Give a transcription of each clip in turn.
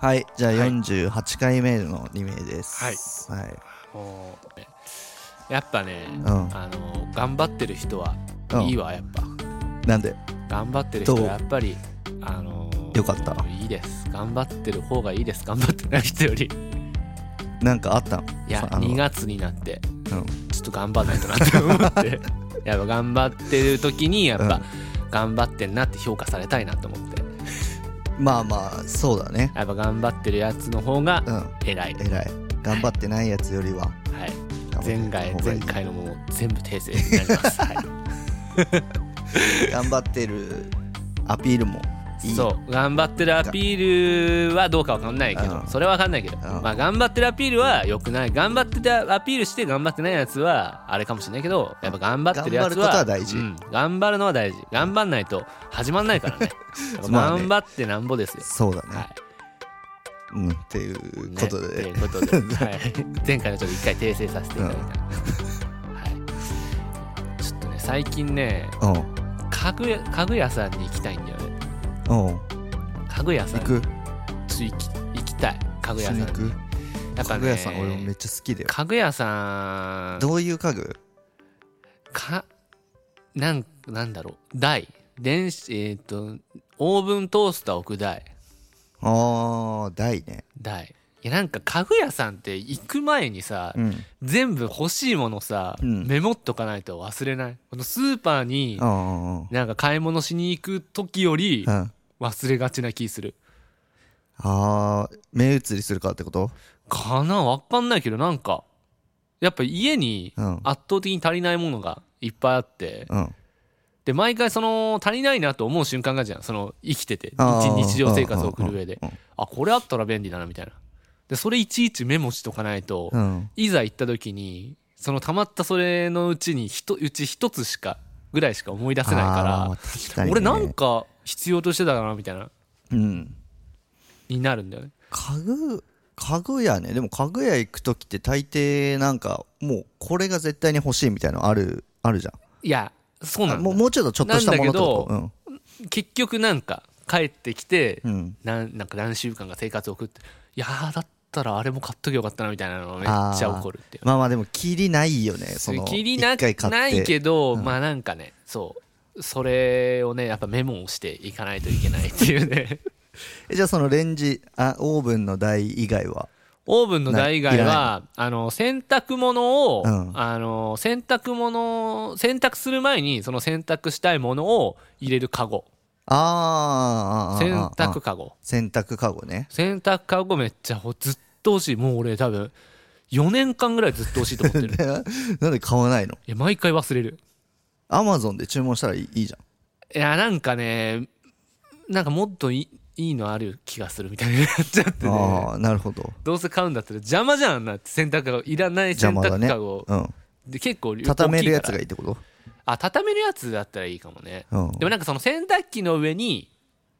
はい、じゃあ48回目の2名です。はい。もうねやっぱね、うんあの頑張ってる人はうんいいわやっぱなんで、頑張ってる人どはうやっぱりあのよかったいいです頑張ってる方がいいです頑張ってない人よりなんかあったのいやさあの2月になってうん。ちょっと頑張らないとなって思って やっぱ頑張ってる時にやっぱ、頑張ってんなって評価されたいなと思ってまあまあ、そうだね。やっぱ頑張ってるやつの方がうん。偉い、は偉い。頑張ってないやつよりは、い、頑張前ってる方が回い前い回のも全部訂正になります、はい頑張ってるアピールもいい。そう頑張ってるアピールはどうかわかんないけど、うんそれはわかんないけど、んまあ、頑張ってるアピールは良くない頑張っててアピールして頑張ってないやつはあれかもしれないけどやっぱ頑張ってるやつは頑張ることは大事うん頑張るのは大事頑張んないと始まんないからねやっ ぱまあね頑張ってなんぼですよ、そうだはね。いうん。っていうねことで、とい うことで、はい、前回のちょっと一回訂正させていただいた、はい、ちょっとね最近ねうん。家具屋家具屋さんに行きたいんだよねうん。家具屋さん行にくつい行き行きたい家具一屋緒さんにに行くやっぱ家ね具屋さん、俺もめっちゃ好きだよ。家具屋さんどういう家具かなんなんだろう台電子えっ、とオーブントースター置く台あー、大ね。台いやなんか家具屋さんって行く前にさ、うん。全部欲しいものさ、うんメモっとかないと忘れないこのスーパーにうんうんなんか買い物しに行く時よりうん。うん。忘れがちな気するあー、目移りするかってことかなわかんないけどなんかやっぱ家にうん圧倒的に足りないものがいっぱいあって、うん。で毎回その足りないなと思う瞬間があるじゃんその生きててあー日日常生活を送る上でうんうんあこれあったら便利だなみたいなでそれいちいちメモしとかないと、うん。いざ行った時にそのたまったそれのうちにひとうち一つしかぐらいしか思い出せないあかー確ら、かにね俺なんか必要としてたなみたいなうん。になるんだよね家具、家具屋ね。でも家具屋行くときって大抵なんか、もうこれが絶対に欲しいみたいなのある、あるじゃん。いやそうなんもだうもうちょっとちょっとしたものってことな結局なんか帰ってきて、うん。うん。なんなんか何週間か生活を送っていやーだったらあれも買っときゃよかったなみたいなのめっちゃ怒るっていうまあまあでも、切りないよね。その、切りな一回買って。ないけど、まあなんかねそうそれをねやっぱメモをしていかないといけないってい うねえじゃあそのレンジ、あ、オーブンの台以外は。オーブンの台以外ないいはあの洗濯物を、うんあの洗濯物洗濯する前にその洗濯したいものを入れるカゴあーあー、洗あーあ濯ー。カゴ洗濯かごね。洗濯カゴめっちゃほずっと欲しいもう俺多分4年間ぐらいずっと欲しいと思 ってるいなんで買わないのや毎回忘れるアマゾンで注文したらいいいいじゃん。いやなんかねなんかもっといいいいのある気がするみたいになっ ちゃってねああ、なるほど。どうせ買うんだったら邪魔じゃんなって洗濯カゴいらない邪洗魔だ濯ね。カゴ、うん。で結構大きいから畳めるやつがいいってことあ畳めるやつだったらいいかもね、うんでもなんかその洗濯機の上に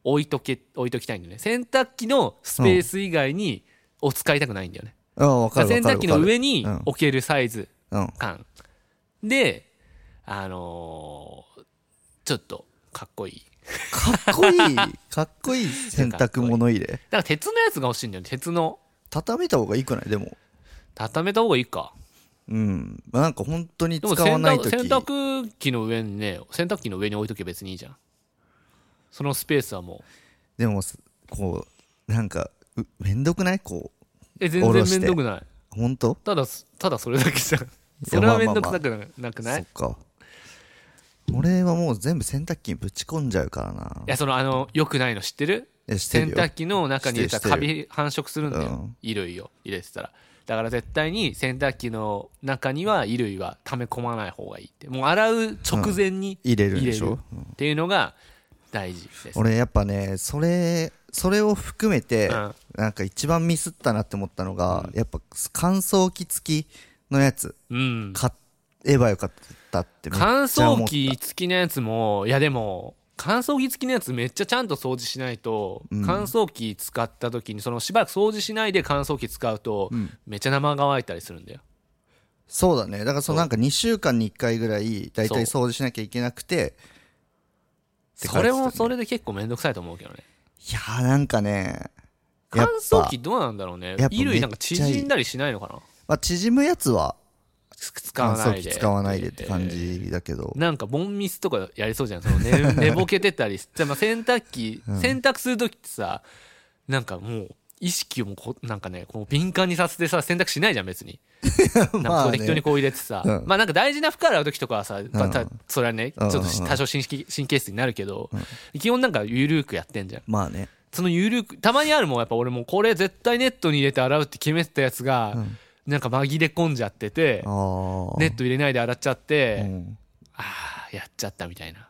置いとけ置いときたいんだよね洗濯機のスペース以外にを使いたくないんだよね、ああ、わかるわか洗るわかる。濯機の上にうん置けるサイズうん。感であのーちょっとかっこいいかっこいい、かっ こいい洗濯物入れ。なんか鉄のやつが欲しいんだよね鉄の畳めた方がいいくないでも。畳めた方がいいかうん。まあなんか本当にで使も洗わない濯とき。洗濯機の上にね洗濯機の上に置いとけば別にいいじゃんそのスペースはもうでもす、こう、なんか、うめんどくないこう、え全おろ然してめんどくない本当ただただそれだけじゃんそれはめんどくさくななくそない、。っか。俺はもう全部洗濯機にぶち込んじゃうからないやそのあのよくないの知ってるえ、して洗るよ。濯機の中に入れたらしてカるしてビ繁殖するんだうよん衣類を入れてたらだから絶対に洗濯機の中には衣類は溜め込まない方がいいってもう洗う直前に入れるん入でれしるょっていうのが大事です、俺やっぱね、それ、それを含めて、うんなんか一番ミスったなって思ったのが、やっぱ乾燥機付きのやつ、うん、買えばよかったってめっちゃ乾思った燥機付きのやつもいやでも乾燥機付きのやつめっちゃちゃんと掃除しないと、乾燥機使った時にそのしばらく掃除しないで乾燥機使うと、めっちゃ生乾いたりするんだよそうだねだからそのなんか2週間に1回ぐらいだいたいそ掃除しなきゃいけなくてて書いてそたねれもそれで結構めんどくさいと思うけどねいやーなんかねや乾っぱ燥機どうなんだろうねやっぱ衣類なんか縮めっちゃいいんだりしないのかなまあ、縮むやつはつ使乾わな燥い機で使わないでって感じだけど、なんかボンミスとかやりそうじゃんそ の、ね、寝ぼけてたりじゃあまあ洗濯機、洗濯する時ってさなんかもう意識をもうこなんかねこう敏感にさせてさ洗濯しないじゃん 別になんかまあねこう適当にこう入れてさ、うんまあなんか大事な服洗う時とかはさ、まあたそれはねちょっとうんうんうん多少神経神経質になるけど、基本なんかゆるーくやってんじゃんまあねそのゆるくたまにあるもんやっぱ俺もこれ絶対ネットに入れて洗うって決めてたやつが、なんか紛れ込んじゃっててああネット入れないで洗っちゃって、うんああやっちゃったみたいな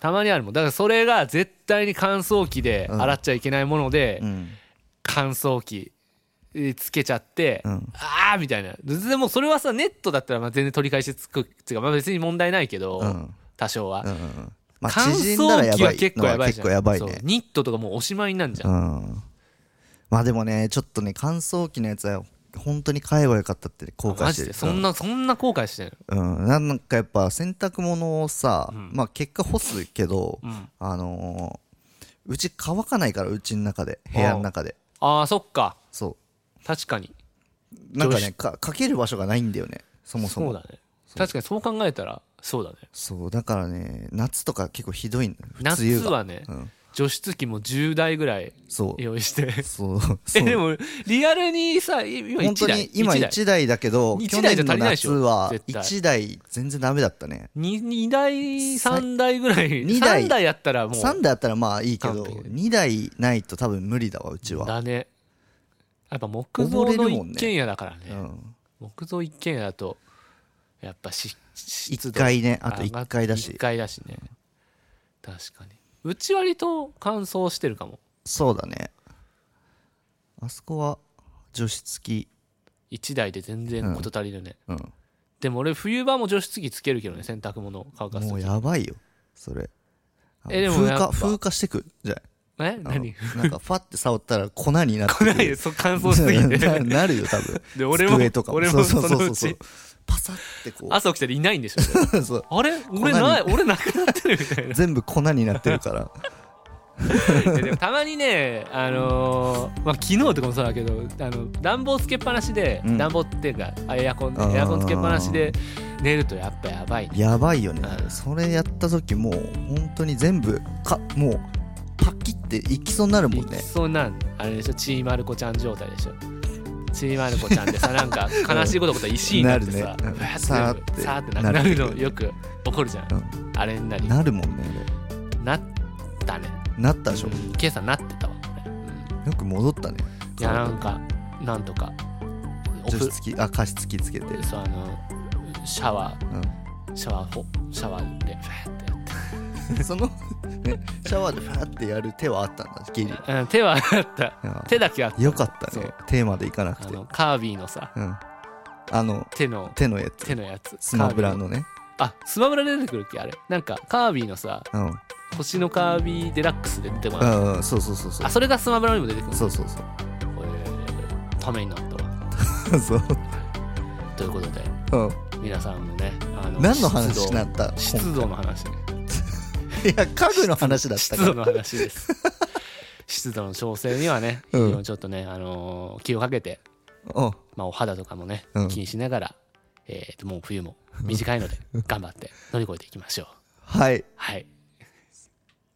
たまにあるもんだからそれが絶対に乾燥機で洗っちゃいけないもので、うん乾燥機えーつけちゃって、うんああみたいなでもそれはさネットだったらまあ全然取り返しつくつうか、まあ、別に問題ないけど、うん多少は、うんうんまあ乾縮んだら燥や機ばはい結の構やはばいじ結ゃん構やばいそうねニットとかもうおしまいになんじゃんうんまあでもねちょっとね乾燥機のやつは本当に買えばよかったって後悔マしてジるでそんなそんな後悔してるうん、なんかやっぱ洗濯物をさ、まあ結果干すけど、あのーうち乾かないからうちの中で部屋の中でああそっかそ確かにうなんか女ねかかける場所がないんだよねそもそそうもだね確かにそう考えたらそうだねそうだからね夏とか結構ひどいんだよ夏梅雨がはね、うん除湿機も10台ぐらいそう用意してそうそうえ でもリアルにさい今本1当台に今1台1台だけど去一台年じのゃ足りないでし夏ょは絶対1台全然ダメだったね 2, 台3台ぐらい二台3台やったらもう3台あったらまあいいけど完璧2台ないと多分無理だわうちは、だねやっぱ木造溺れのるもんね一軒家だからねうん、木造一軒家だとやっぱし湿1度回ねあと1回だし1回だしね確かにうち割と乾燥してるかもそうだねあそこは除湿器1台で全然事足りるね、うんでも俺冬場も除湿機つけるけどね洗濯物乾かすもう時やばいよそれあのえでも風やっぱ化風化してくじゃえああの何 なんかファって触ったら粉になってく来ないよそう乾燥しす ぎな てなるよ多分で 俺も机とか俺もそうそうそそのううそちうパサってこ朝起きたらいないんでしょ う そうあれ俺ない俺なくなってるみたいな全部粉になってるからいやでも たまにねあのーまあ昨日とかもそうだけどあの暖房つけっぱなしで、うん暖房っていうかあエアコンねあーエアコンつけっぱなしで寝るとやっぱやばいねやばいよねうんそれやった時もう本当に全部かもうパキっていきそうになるもんねそんなんあれでしょちーまる子ちゃん状態でしょちーまる子ちゃんって さなんか悲しいことこと石になってさなるねうんふわってさーってさーってなくなるのよく怒るじゃん、うあれになりななるもんねったねあれなったでしょうん今朝なってたわ俺うんよく戻ったねいやなんかなんとかお除ふ湿器あ加湿器つけて、うん、そうあのシャワーシャワーほシャワーでふわってやっ てその、ね、シャワーでファーってやる手はあったんだギリいうん手はあったや手だけあったよかったそねうテーマでいかなくあてのカービィのさうんあの手の手のやつ手のやつスマブラカービィのねあスマブラで出てくるっけあれなんかカービィのさうん星のカービィデラックスで出てこうない、んうんそうそうそうそうあそれがスマブラにも出てくるそうそうそこれためになったわう そうということでう皆さんもねあのん何の話湿に度なった湿度の話ねいや家具の話だった湿か度らの話です 湿度の調整にはね、うん非常にちょっとね、あのー気をかけて、うんまあ、お肌とかもね、うん気にしながら、えーともう冬も短いので頑張って乗り越えていきましょうはいはい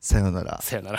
さようならさよなら